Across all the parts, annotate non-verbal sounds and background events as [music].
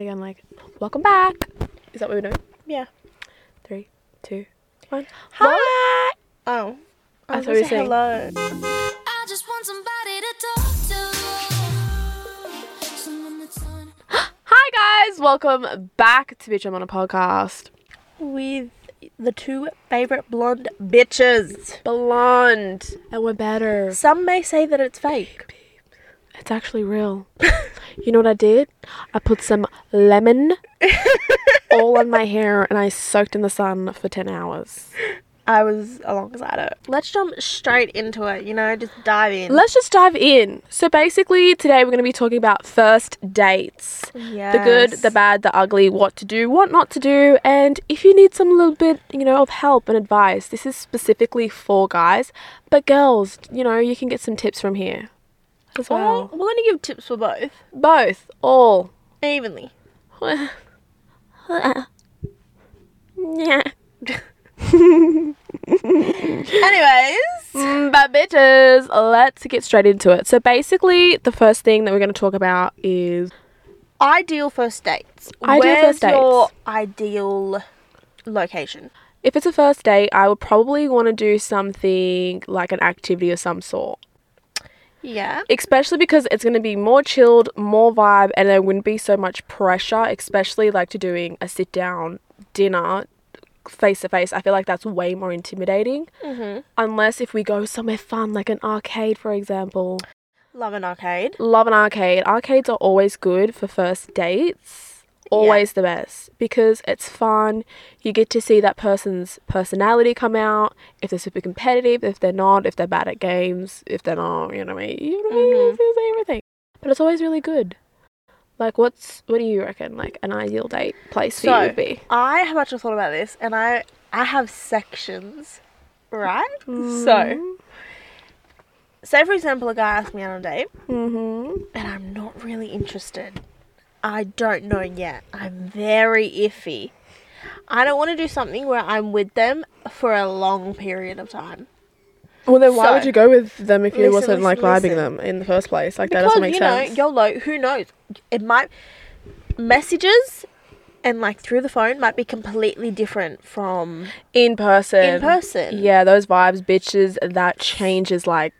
Again, like, welcome back. Is that what we're doing? Yeah. Three, two, one. What? Hi. Oh. I was thought gonna you were say saying- hello. I just want somebody to talk to. Someone that's on. Hi guys. Welcome back to Bitch I'm on a podcast. With the two favorite blonde bitches. Blonde. And we're better. Some may say that it's fake. It's actually real. [laughs] you know what I did? I put some [laughs] lemon all on my hair and I soaked in the sun for 10 hours. I was alongside it. Let's jump straight into it, you know, just dive in. Let's just dive in. So basically today we're going to be talking about first dates. yes. the good, the bad, the ugly, what to do, what not to do, and if you need some little bit, you know, of help and advice, this is specifically for guys, but girls, you know, you can get some tips from here as Well, well. we're gonna give tips for both. Both, all. Evenly. yeah. Anyways. Mm, But bitches, let's get straight into it. So basically, the first thing that we're going to talk about is Ideal first dates. Ideal Where's first dates. your ideal location? if it's a first date, I would probably want to do something like an activity of some sort. Yeah. especially because it's going to be more chilled, more vibe, and there wouldn't be so much pressure, especially like to doing a sit down dinner face to face. I feel like that's way more intimidating. Mhm. Unless if we go somewhere fun, like an arcade, for example. Love an arcade. Love an arcade. Arcades are always good for first dates. Always the best because it's fun. You get to see that person's personality come out. If they're super competitive, if they're not, if they're bad at games, if they're not, you know what I mean. You know what I mean? Mhm. It's- it's everything. But it's always really good. Like, what's what do you reckon? Like an ideal date place for you So- would be? I have actually thought about this, and I I have sections, right? So, Mm-hmm. say for example, a guy asks me out on a date, Mhm. and I'm not really interested. I don't know yet. I'm very iffy. I don't want to do something where I'm with them for a long period of time. Well, then why So- would you go with them if you Listen, wasn't like listen, vibing listen. them in the first place? Like that Because doesn't make you know, sense. YOLO. Who knows? It might messages and like through the phone might be completely different from in person. in person. Yeah, those vibes, bitches, that changes like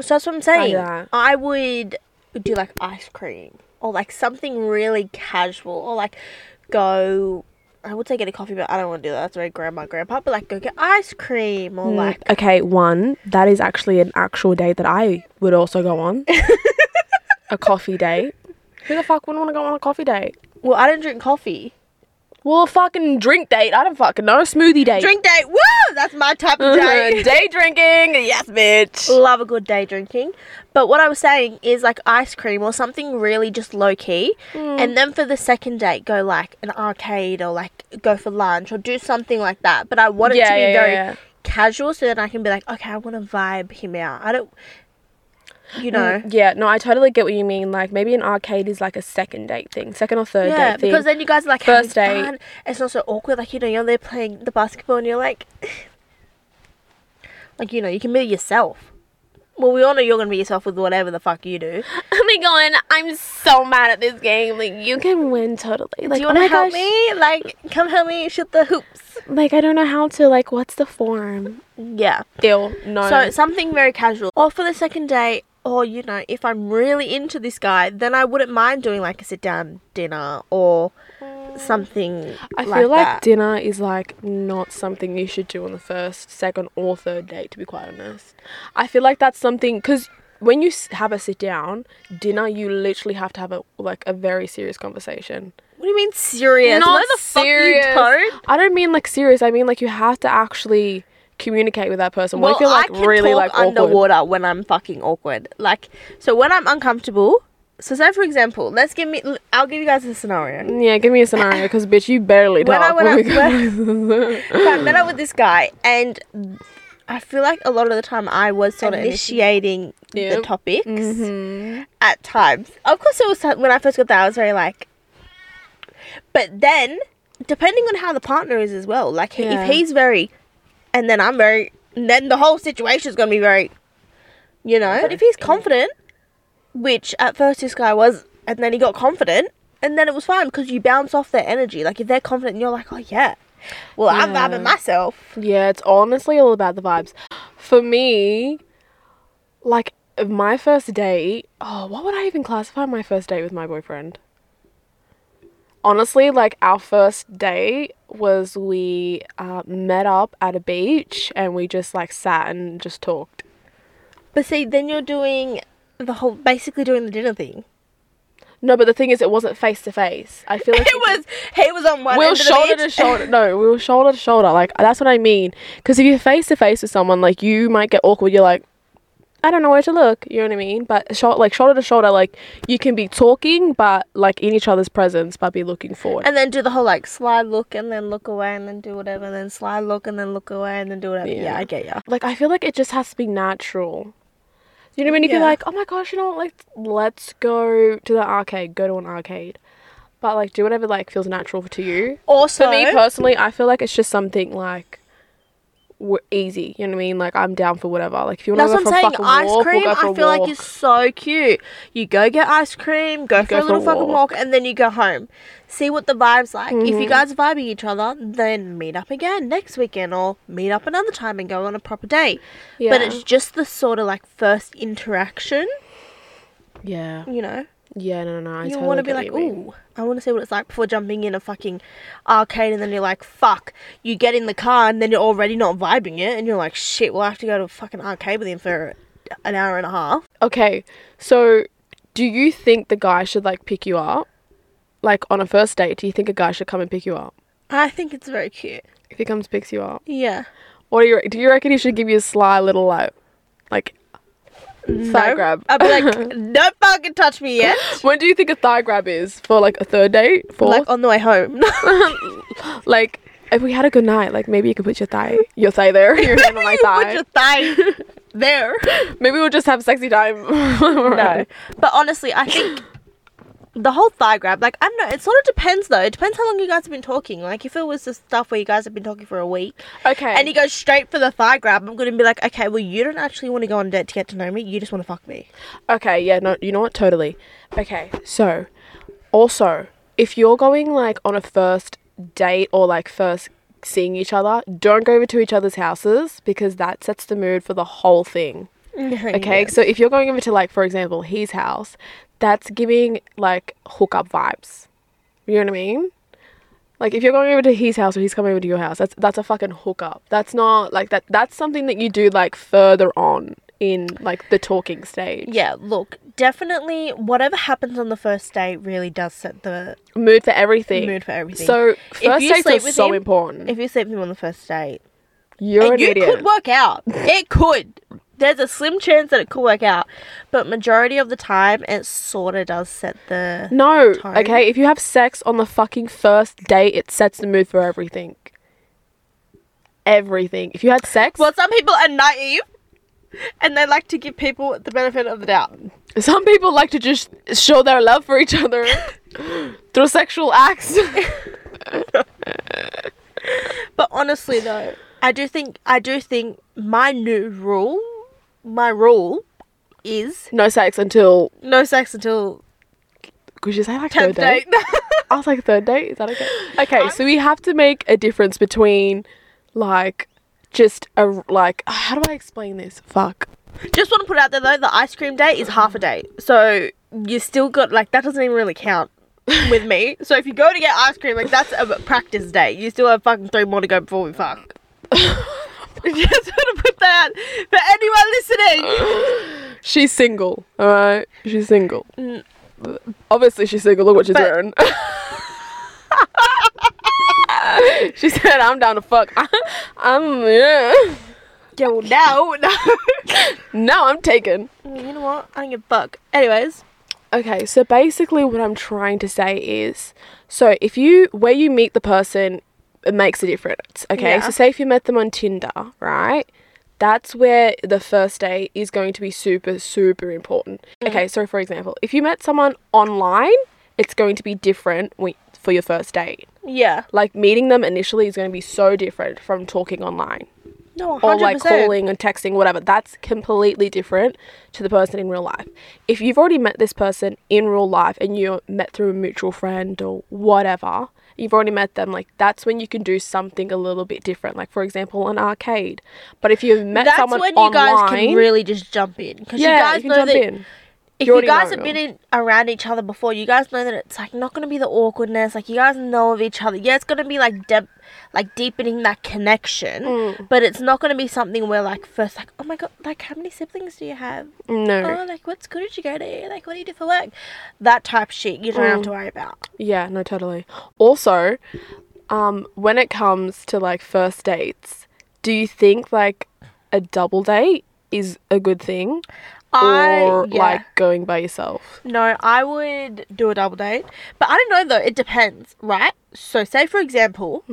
So that's what I'm saying. that. I would do like ice cream or like something really casual or like go. I would say get a coffee, but I don't want to do that. That's very grandma, grandpa. But like go get ice cream or like Okay, one, that is actually an actual date that I would also go [laughs] on. a coffee date. Who the fuck wouldn't want to go on a coffee date? well, I don't drink coffee. Well, a fucking drink date. I don't fucking know. A smoothie date. Drink date, woo! That's my [laughs] type of Uh, day. [laughs] day drinking. Yes, bitch. Love a good day drinking. But what I was saying is like ice cream or something really just low key. Hmm. And then for the second date, go like an arcade or like go for lunch or do something like that. But I want it to Yeah, be yeah, yeah, very yeah. casual so that I can be like, okay, I want to vibe him out. I don't, you Mm, know. Yeah, no, I totally get what you mean. Like maybe an arcade is like a second date thing, second or third Yeah, date thing. because then you guys are like First having date. fun. It's not so awkward. Like you know, you're there playing the basketball, and you're like, [laughs] like you know, you can be yourself. Well, we all know you're gonna be yourself with whatever the fuck you do. oh my god, I'm so mad at this game. Like you can win totally. Like do you want oh to my gosh, help me? Like, come help me shoot the hoops. Like I don't know how to like what's the form? Yeah. Ill, no. So something very casual, or for the second date, or you know, if I'm really into this guy, then I wouldn't mind doing like a sit down dinner or something. Mm. I feel like that. dinner is like not something you should do on the first, second, or third date. To be quite honest, I feel like that's something because when you s- have a sit down dinner, you literally have to have a like a very serious conversation. What do you mean serious? Not Where the serious. Fuck you don't? I don't mean like serious. I mean like you have to actually communicate with that person. Well, what if you're like I can really talk like awkward? underwater when I'm fucking awkward. Like, so when I'm uncomfortable. So say for example, let's give me. I'll give you guys a scenario. Yeah, give me a scenario because bitch, you barely When I talk. [laughs] Oh went when out- we go- So I met up with this guy, and I feel like a lot of the time I was sort of initiating Yep. the topics. Mm-hmm. Mm-hmm. at times. Of course, it was ti- when I first got there. I was very like, but then depending on how the partner is as well. Like he- Yeah. if he's very, and then I'm very, then the whole situation is gonna be very, you know. But if he's confident, which at first this guy was, and then he got confident, and then it was fine because you bounce off their energy. Like if they're confident, and you're like, oh yeah, well I'm Yeah. vibing myself. Yeah, it's honestly all about the vibes. For me, like my first date, oh, what would I even classify my first date with my boyfriend? Honestly, like our first date was we uh, met up at a beach and we just like sat and just talked. But see, then you're doing the whole basically doing the dinner thing. No, but the thing is, it wasn't face to face. I feel like [laughs] [laughs] It was he was on one. we were end of the shoulder to beach. shoulder. No, we were shoulder to shoulder. Like that's what I mean. Because if you're face to face with someone, like you might get awkward. You're like, I don't know where to look. You know what I mean? But shou- like shoulder to shoulder, like you can be talking, but like in each other's presence, but be looking forward. And then do the whole like slide look and then look away and then do whatever and then slide look and then look away and then do whatever. Yeah, Yeah. I get ya. like I feel like it just has to be natural. You know what I mean? You can Yeah. be like, oh my gosh, you know what? Like let's go to the arcade. Go to an arcade. But like do whatever like feels natural to you. Also, For me personally, I feel like it's just something like w- easy. You know what I mean? Like I'm down for whatever. Like if you want that's to what go for I'm a saying. fucking Ice walk, cream, we'll go for I a feel like walk. is so cute. You go get ice cream, go for go a for little a fucking walk. Mm-hmm. walk, and then you go home. See what the vibe's like. If you guys are vibing each other, then meet up again next weekend or meet up another time and go on a proper date. yeah. But it's just the sort of like first interaction, yeah, you know? yeah, no, no, no. I you totally want to be get like, what you mean. ooh, I want to see what it's like before jumping in a fucking arcade, and then you're like, fuck. You get in the car, and then you're already not vibing it, and you're like, shit, we'll have to go to a fucking arcade with him for an hour and a half. Okay, so do you think the guy should like pick you up, like on a first date? Do you think a guy should come and pick you up? I think it's very cute. If he comes, picks you up. Yeah. What do you re- do? You reckon he should give you a sly little like, like thigh No, grab? I'll be [laughs] like, don't fucking touch me yet. when do you think a thigh grab is for like a third date? Fourth? Like on the way home. [laughs] like if we had a good night, like maybe you could put your thigh, your thigh there, [laughs] your hand [laughs] on my Put thigh. your [laughs] thigh there. maybe we'll just have sexy time. [laughs] no. But honestly, I think the whole thigh grab, like, I don't know, it sort of depends though. It depends how long you guys have been talking. Like, if it was the stuff where you guys have been talking for a week Okay. and he goes straight for the thigh grab, I'm going to be like, okay, well, you don't actually want to go on a date to get to know me. You just want to fuck me. okay. Yeah. No. You know what? Totally. Okay. So, also, if you're going like on a first date or like first seeing each other, don't go over to each other's houses because that sets the mood for the whole thing. [laughs] Okay, so if you're going over to like, for example, his house, that's giving like hookup vibes. You know what I mean? Like if you're going over to his house or he's coming over to your house, that's that's a fucking hookup. That's not like that. That's something that you do like further on in like the talking stage. Yeah, look, definitely whatever happens on the first date really does set the Mood for everything. mood for everything. So first you dates sleep are with so him- important. if you sleep with him on the first date, you're an and you idiot. could [laughs] work out. It could. There's a slim chance that it could work out, but majority of the time, it sort of does set the. no, Tone. okay. If you have sex on the fucking first date, it sets the mood for everything. Everything. If you had sex, Well, some people are naive, and they like to give people the benefit of the doubt. Some people like to just show their love for each [laughs] other through sexual acts. [laughs] But honestly, though, I do think I do think my new rule, my rule, is no sex until. no sex until Could you say like tenth third date? date. [laughs] I was like third date. Is that okay? Okay, so we have to make a difference between, like, just a like. uh, How do I explain this? [laughs] Fuck. Just want to put out there though, the ice cream date is half a date, so you still got like that doesn't even really count [laughs] with me. So if you go to get ice cream, like that's a practice day. You still have fucking three more to go before we [laughs] fuck. Just want to put that out for anyone listening. She's single. All right, she's single. Obviously, she's single. Look what she's Mm. But- written. [laughs] she said, "I'm down to fuck." [laughs] I'm yeah. Yeah, well now, [laughs] no. No, I'm taken. you know what? I don't give a fuck. Anyways, Okay, so basically what I'm trying to say is so if you where you meet the person it makes a difference. Okay? Yeah. So say if you met them on Tinder, right? That's where the first date is going to be super super important. Okay, so for example, if you met someone online, it's going to be different when- for your first date. yeah, Like meeting them initially is going to be so different from talking online. No, 100%. or Oh, like calling and texting, whatever. That's completely different to the person in real life. If you've already met this person in real life and you met through a mutual friend or whatever, you've already met them, like that's when you can do something a little bit different. Like for example, an arcade. But if you've met That's someone when you online, guys can really just jump in because yeah, you guys can know jump that in. You if you, already guys know. have been in, around each other before, you guys know that it's like not gonna be the awkwardness. Like you guys know of each other. Yeah, it's gonna be like dep like deepening that connection, Mm. but it's not gonna be something where like first like oh my god, like how many siblings do you have? No. Oh, like what school did you go to? Like what do you do for work? That type shit you don't Mm. have to worry about. Yeah, no, totally. Also, um, when it comes to like first dates, do you think like a double date is a good thing? I or yeah. like going by yourself? No, I would do a double date. But I don't know though, it depends, right? So say for example,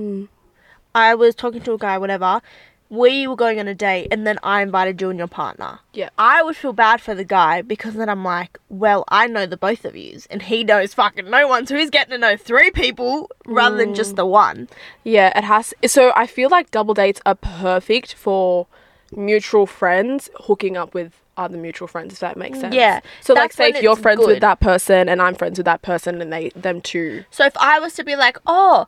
I was talking to a guy, whatever, we were going on a date and then I invited you and your partner. Yeah. I would feel bad for the guy because then I'm like, well, I know the both of yous and he knows fucking no one, so he's getting to know three people rather than just the one. Yeah, it has. So I feel like double dates are perfect for mutual friends hooking up with other mutual friends, if that makes sense. Yeah, So like, that's say when if you're it's friends with good. that person and I'm friends with that person, and they them two. So if I was to be like, oh,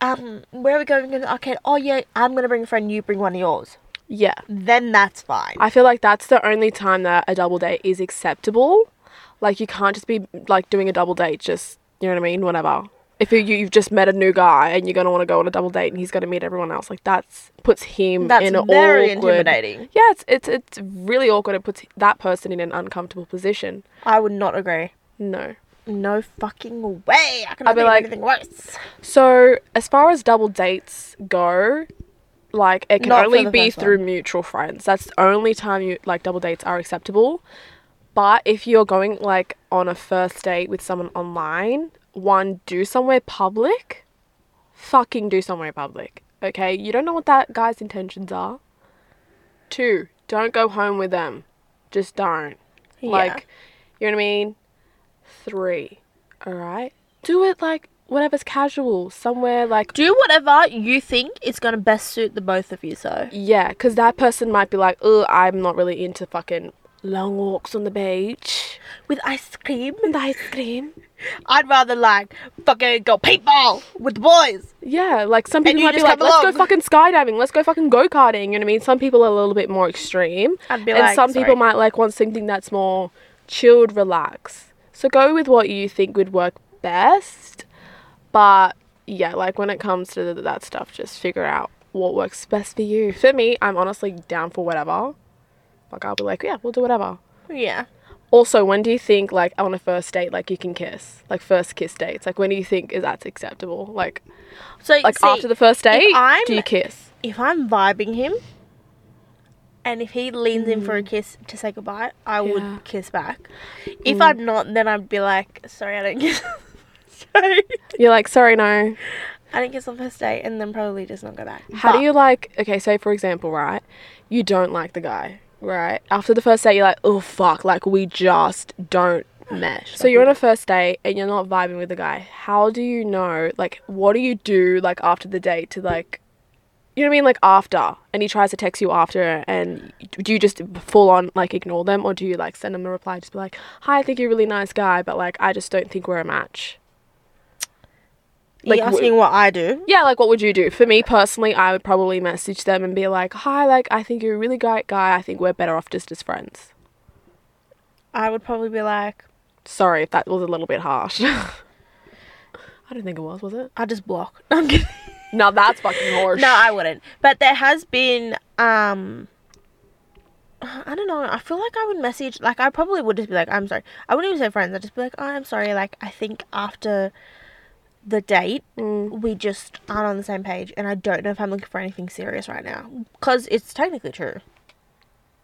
um, where are we going? Okay, oh yeah, I'm gonna bring a friend, you bring one of yours. Yeah. Then that's fine. I feel like that's the only time that a double date is acceptable. Like you can't just be like doing a double date. Just you know what I mean. Whatever. If you you've just met a new guy and you're gonna want to go on a double date and he's gonna meet everyone else, like that's puts him That's in an very awkward. intimidating. Yeah, it's it's it's really awkward. It puts that person in an uncomfortable position. I would not agree. No. No fucking way. I cannot be think like- of anything worse. So as far as double dates go, like it can Not for only the be first through mutual friends. That's the only time you like double dates are acceptable. But if you're going like on a first date with someone online, one do somewhere public. Fucking do somewhere public. Okay? You don't know what that guy's intentions are. Two, don't go home with them. Just don't. Like, you know what I mean? Three. All right? Do it like whatever's casual, somewhere like do whatever you think is gonna best suit the both of you. So yeah, because that person might be like, oh, I'm not really into fucking long walks on the beach with ice cream, and ice cream. I'd rather like fucking go paintball with the boys. Yeah, like some And people you might be just like, come let's go along." fucking skydiving, let's go fucking go karting. You know what I mean? Some people are a little bit more extreme, I'd be and like, some people "Sorry." might like want something that's more chilled, relaxed. So go with what you think would work best. But yeah, like when it comes to th- that stuff, just figure out what works best for you. For me, I'm honestly down for whatever. Like I'll be like, yeah, we'll do whatever. Yeah. Also, when do you think like on a first date like you can kiss? Like first kiss dates. Like when do you think is that's acceptable? Like So like see, after the first date, I'm- do you kiss? if I'm vibing him, and if he leans in for a kiss to say goodbye, I Yeah. would kiss back. If I'm not, then I'd be like, sorry, I don't kiss. [laughs] sorry, You're like, sorry, no. I didn't kiss on first date, and then probably just not go back. How But- do you like? Okay, say for example, right? You don't like the guy, right? After the first date, you're like, oh fuck, like we just don't mesh. So you're on a first date and you're not vibing with the guy. How do you know? Like, what do you do like after the date to like? You know what I mean? Like after, and he tries to text you after, and do you just full on like ignore them, or do you like send them a reply, just be like, "Hi, I think you're a really nice guy, but like I just don't think we're a match." Like, Like, You're w- asking what I do. Yeah, like what would you do? For me personally, I would probably message them and be like, "Hi, like I think you're a really great guy. I think we're better off just as friends." I would probably be like, Sorry if that was a little bit harsh. [laughs] I don't think it was, was it? I just block. [laughs] No, I'm kidding. No, that's fucking harsh. No, I wouldn't. But there has been um I don't know. I feel like I would message like I probably would just be like, I'm sorry. I wouldn't even say friends. I'd just be like, oh, I'm sorry. Like I think after the date, Mm. we just aren't on the same page, and I don't know if I'm looking for anything serious right now because it's technically true.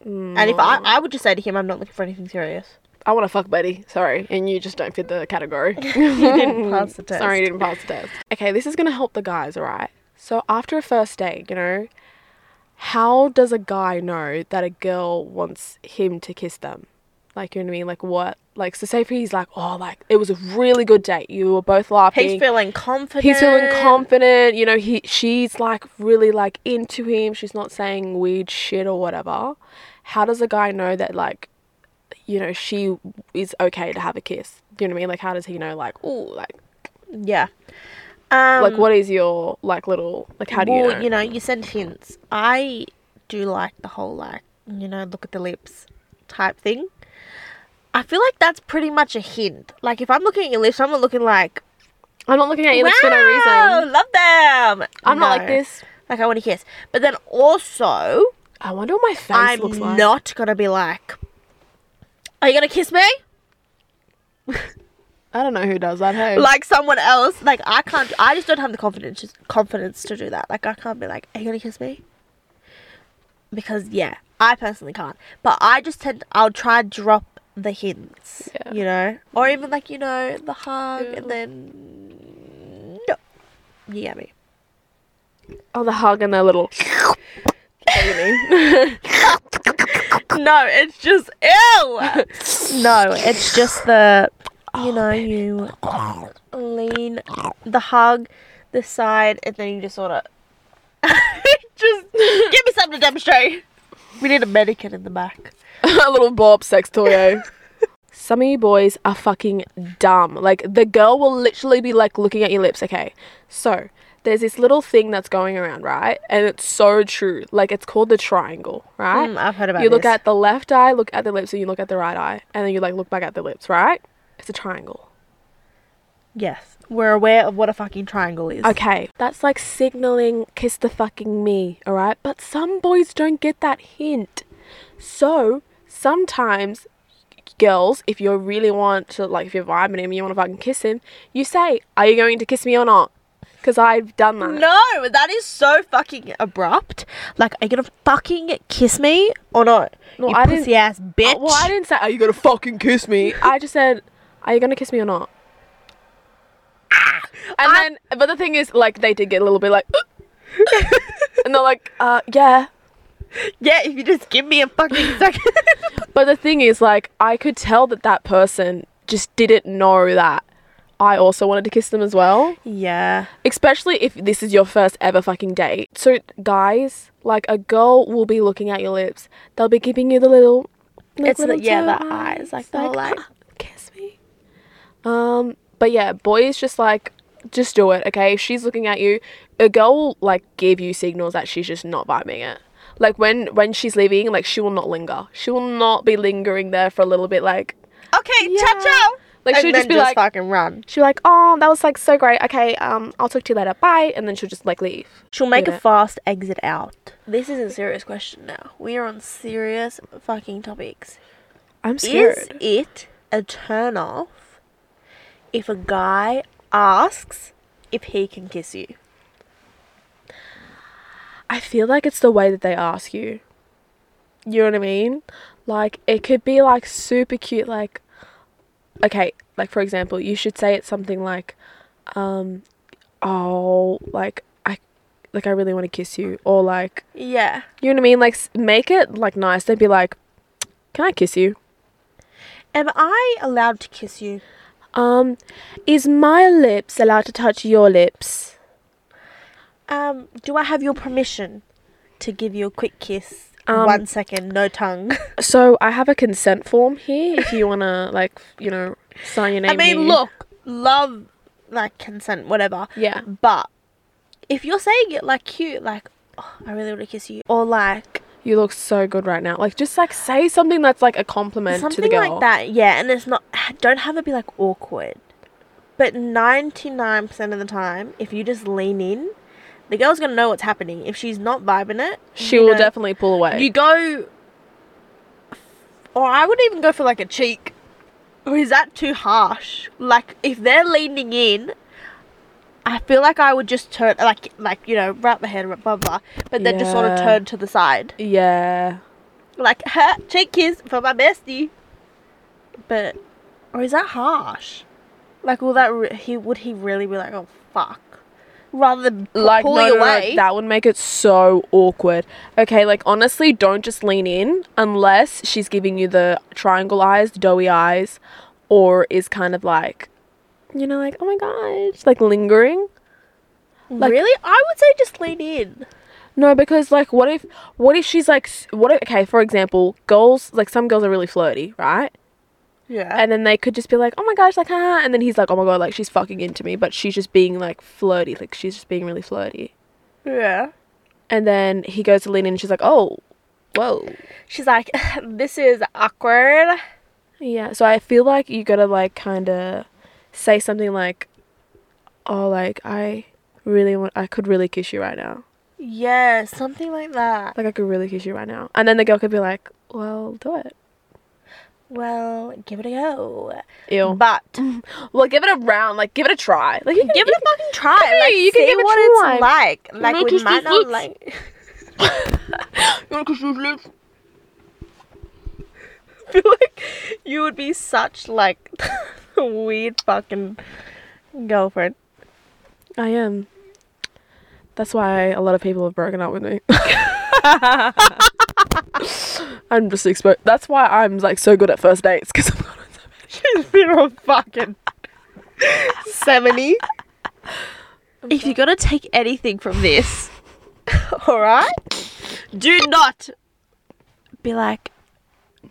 Mm. And if I, I would just say to him, I'm not looking for anything serious. I want to fuck Betty. Sorry, and you just don't fit the category. You didn't pass the test. Sorry, you didn't pass the test. Okay, this is gonna help the guys, alright? So after a first date, you know, how does a guy know that a girl wants him to kiss them? Like you know what I mean? Like what? Like, so say if he's like, oh, like it was a really good date. You were both laughing. He's feeling confident. He's feeling confident. You know, he she's like really like into him. She's not saying weird shit or whatever. How does a guy know that like, you know, she is okay to have a kiss? Do you know what I mean? Like, how does he know? Like, oh, like, Yeah. Um, like what is your like little like? How do you well, know? you know, you send hints. I do like the whole like, you know, look at the lips type thing. I feel like that's pretty much a hint. Like if I'm looking at your lips, I'm not looking like I'm not looking at you wow, lips for no reason. love them. I'm not No. like this. Like I want to kiss, but then also I wonder what my face I'm looks like. not gonna be like, are you gonna kiss me? I don't know who does that. Hey, Like someone else. Like I can't. I just don't have the confidence confidence to do that. Like I can't be like, are you gonna kiss me? Because yeah, I personally can't. But I just tend. I'll try drop the hints. Yeah. You know, or even like you know the hug Yeah. and then no, you get me. oh, the hug and the little. [laughs] No, it's just ew. [laughs] no, it's just the you Oh, know you lean the hug, the side, and then you just sort of [laughs] just give me something to demonstrate. We need a mannequin in the back. [laughs] a little bob sex toy. [laughs] eh? Some of you boys are fucking dumb. Like the girl will literally be like looking at your lips. Okay, so there's this little thing that's going around, right? And it's so true. Like it's called the triangle, right? Mm, I've heard about you look this. at the left eye, look at the lips, and you look at the right eye, and then you like look back at the lips, right? It's a triangle. Yes, we're aware of what a fucking triangle is. Okay, that's like signaling kiss the fucking me, all right? But some boys don't get that hint. So sometimes girls, if you really want to, like, if you're vibing him, you want to fucking kiss him, you say, Are you going to kiss me or not? Because I've done that. No, that is so fucking abrupt. Like, are you gonna fucking kiss me or not? No, you I didn't- pussy ass bitch. Uh, Well, I didn't say, Are you going to fucking kiss me? I just said, Are you going to kiss me or not? And Ah, I- then, but the thing is, like, they did get a little bit like, [laughs] and they're like, uh, yeah. yeah, if you just give me [laughs] a fucking second. But the thing is, like, I could tell that that person just didn't know that I also wanted to kiss them as well. yeah. Especially if this is your first ever fucking date. So, guys, like, a girl will be looking at your lips. They'll be giving you the little, like, It's the- yeah, the eyes, like, the they're like- [laughs] kiss me. Um, but yeah, boys just like, just do it, okay? If she's looking at you, a girl will like give you signals that she's just not vibing it. Like when when she's leaving, like she will not linger. She will not be lingering there for a little bit. Like Okay, Yeah. ciao ciao. Like, and she'll then just be like- fucking run. she'll be like, oh, that was like so great. Okay, um, I'll talk to you later. Bye, and then she'll just like leave. She'll make Yeah. a fast exit out. This is a serious question now. We are on serious fucking topics. I'm scared. Is it a turn off if a guy asks if he can kiss you? I feel like it's the way that they ask you. You know what I mean? Like it could be like super cute like okay, like for example, you should say it's something like um oh, like I like I really want to kiss you or like Yeah. you know what I mean? Like s- make it like nice. They'd be like can I kiss you? Am I allowed to kiss you? Um is my lips allowed to touch your lips? Um, do I have your permission to give you a quick kiss? Um, One second, no [laughs] tongue. So I have a consent form here if you want to [laughs] like, you know, sign your name I here. mean, look, love, like consent, whatever. Yeah. But if you're saying it like cute, like, oh, I really want to kiss you, or like You look so good right now. Like, just like say something that's like a compliment to the something girl. like that, yeah, and it's not, don't have it be like awkward. But 99% of the time, if you just lean in, the girl's gonna know what's happening. If she's not vibing it, She you will know, definitely pull away. You go, or I would even go for like a cheek. Or is that too harsh? Like if they're leaning in, I feel like I would just turn like like you know wrap my head blah blah, blah but then just sort of Yeah. turn to the side yeah. like [laughs] ha, cheek kiss for my bestie. But or is that harsh? Like will that re- he would he really be like oh fuck? Rather than pu- Like, pull no, you no, no, away. that would make it so awkward. Okay, like, honestly, don't just lean in unless she's giving you the triangle eyes, doughy eyes, or is kind of like, you know, like, oh my gosh, like lingering. Like- really? I would say just lean in. No, because like, what if, what if she's like, s- what? If, okay, for example, girls like some girls are really flirty, right? Yeah. And then they could just be like, oh my gosh, like, haha. and then he's like, oh my god, like she's fucking into me, but she's just being like flirty, like she's just being really flirty. yeah. And then he goes to lean in, and she's like, oh, whoa, She's like, [laughs] this is awkward. yeah. So I feel like you gotta like kind of say something like, oh, like I really want, I could really kiss you right now. Yeah, something like that. Like I could really kiss you right now. And then the girl could be like, well, do it. Well, give it a go. Ew. But Mm. Well, give it a round. Like, give it a try. Like, you can give it a fucking try. Come here, like, you can see give it a what try. it's like. Like, wanna we kiss might these not lips? like. [laughs] you want to kiss those lips? I feel like you would be such like [laughs] a weird fucking girlfriend. I am. That's why a lot of people have broken up with [laughs] me. I'm just exposed. That's why I'm like so good at first dates because I'm not on so many. She's been on fucking seventy. If you're gonna take anything from this, [laughs] alright, do not be like,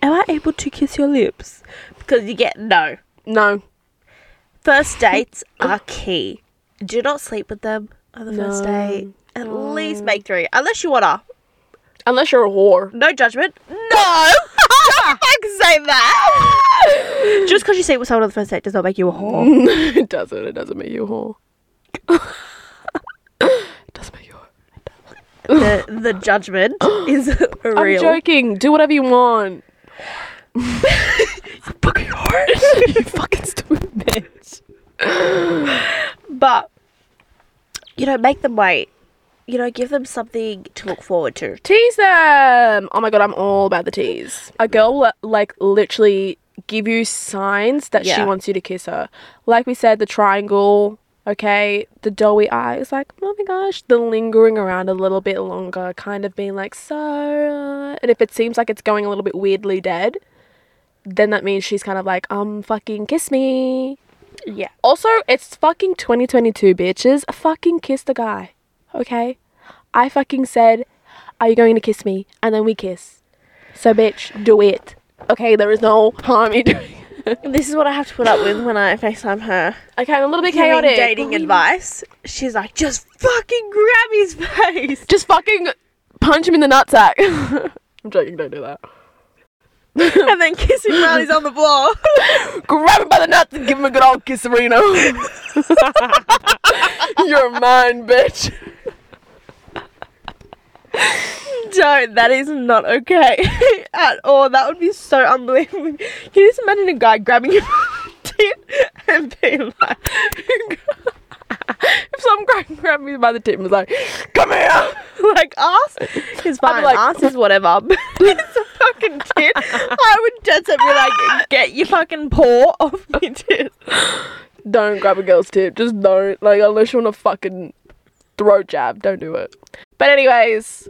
"Am I able to kiss your lips?" Because you get no. No, First [laughs] dates are key. Do not sleep with them on the first No. date. At least make three, unless you wanna. unless you're a whore. No judgment. [laughs] No! Don't fucking say [laughs] that! Just because you sleep with someone on the first date does not make you a whore. [laughs] it doesn't. It doesn't make you a [laughs] whore. it doesn't make you a whore. the, the judgment is [laughs] real. I'm joking. Do whatever you [laughs] want. Fucking whore. you fucking stupid bitch. [laughs] But, you know, make them wait. You know, give them something to look forward to. Tease them. Oh my god, I'm all about the tease. A girl will like literally give you signs that she Yeah. wants you to kiss her. Like we said, the triangle, okay, the doughy eyes, like, oh my gosh, the lingering around a little bit longer, kind of being like, so. uh," And if it seems like it's going a little bit weirdly dead, then that means she's kind of like, um, fucking kiss me. Yeah. Also, it's fucking 2022, bitches. Fucking kiss the guy, okay? I fucking said, Are you going to kiss me? And then we kiss. So, bitch, do it. Okay, there is no harm in doing [laughs] it. This is what I have to put up with when I FaceTime her. Okay, I'm a little bit Giving chaotic. dating advice. She's like, just fucking grab his face. [laughs] Just fucking punch him in the nutsack. [laughs] I'm joking, don't do that. and then kiss him while he's on the floor. Grab him by the nuts and give him a good old kisserino. [laughs] You're mine, bitch. [laughs] [laughs] Don't. That is not okay [laughs] at all. That would be so unbelievable. Can you just imagine a guy grabbing your [laughs] tit and being like, If some guy [laughs] grabbed me by the tip and was like, Come here! [laughs] like ass? It's fine. like- ass is [laughs] whatever. but it's a [laughs] fucking tit. I would just be like, get your fucking paw off [laughs] my tit. [laughs] don't grab a girl's tip. Just don't. Like, unless you want to fucking throat jab, don't do it. But anyways,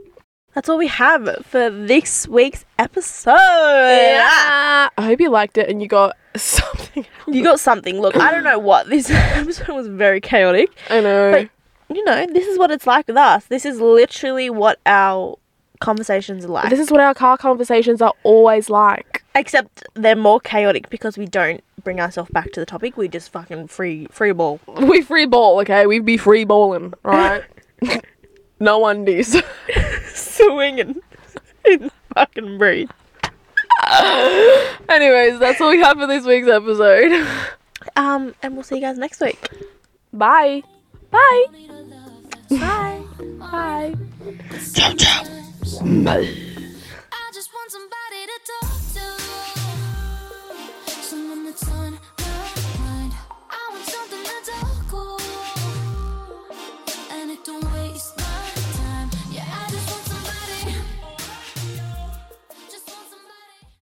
That's all we have for this week's episode. I hope you liked it and you got [laughs] something. out. You got something. Look, I don't know what. [laughs] This episode was very chaotic. I know. But you know, this is what it's like with us. This is literally what our conversations are like. this is what our car conversations are always like. Except they're more chaotic because we don't bring ourselves back to the topic. We just fucking free free ball. [laughs] We free ball, okay? We be free balling, right? no undies. [laughs] Swinging in fucking breed. anyways, that's all we have for this week's episode. [laughs] Um, and we'll see you guys next week. Bye. Bye. Need a love that's Bye. Bye. sometimes Bye.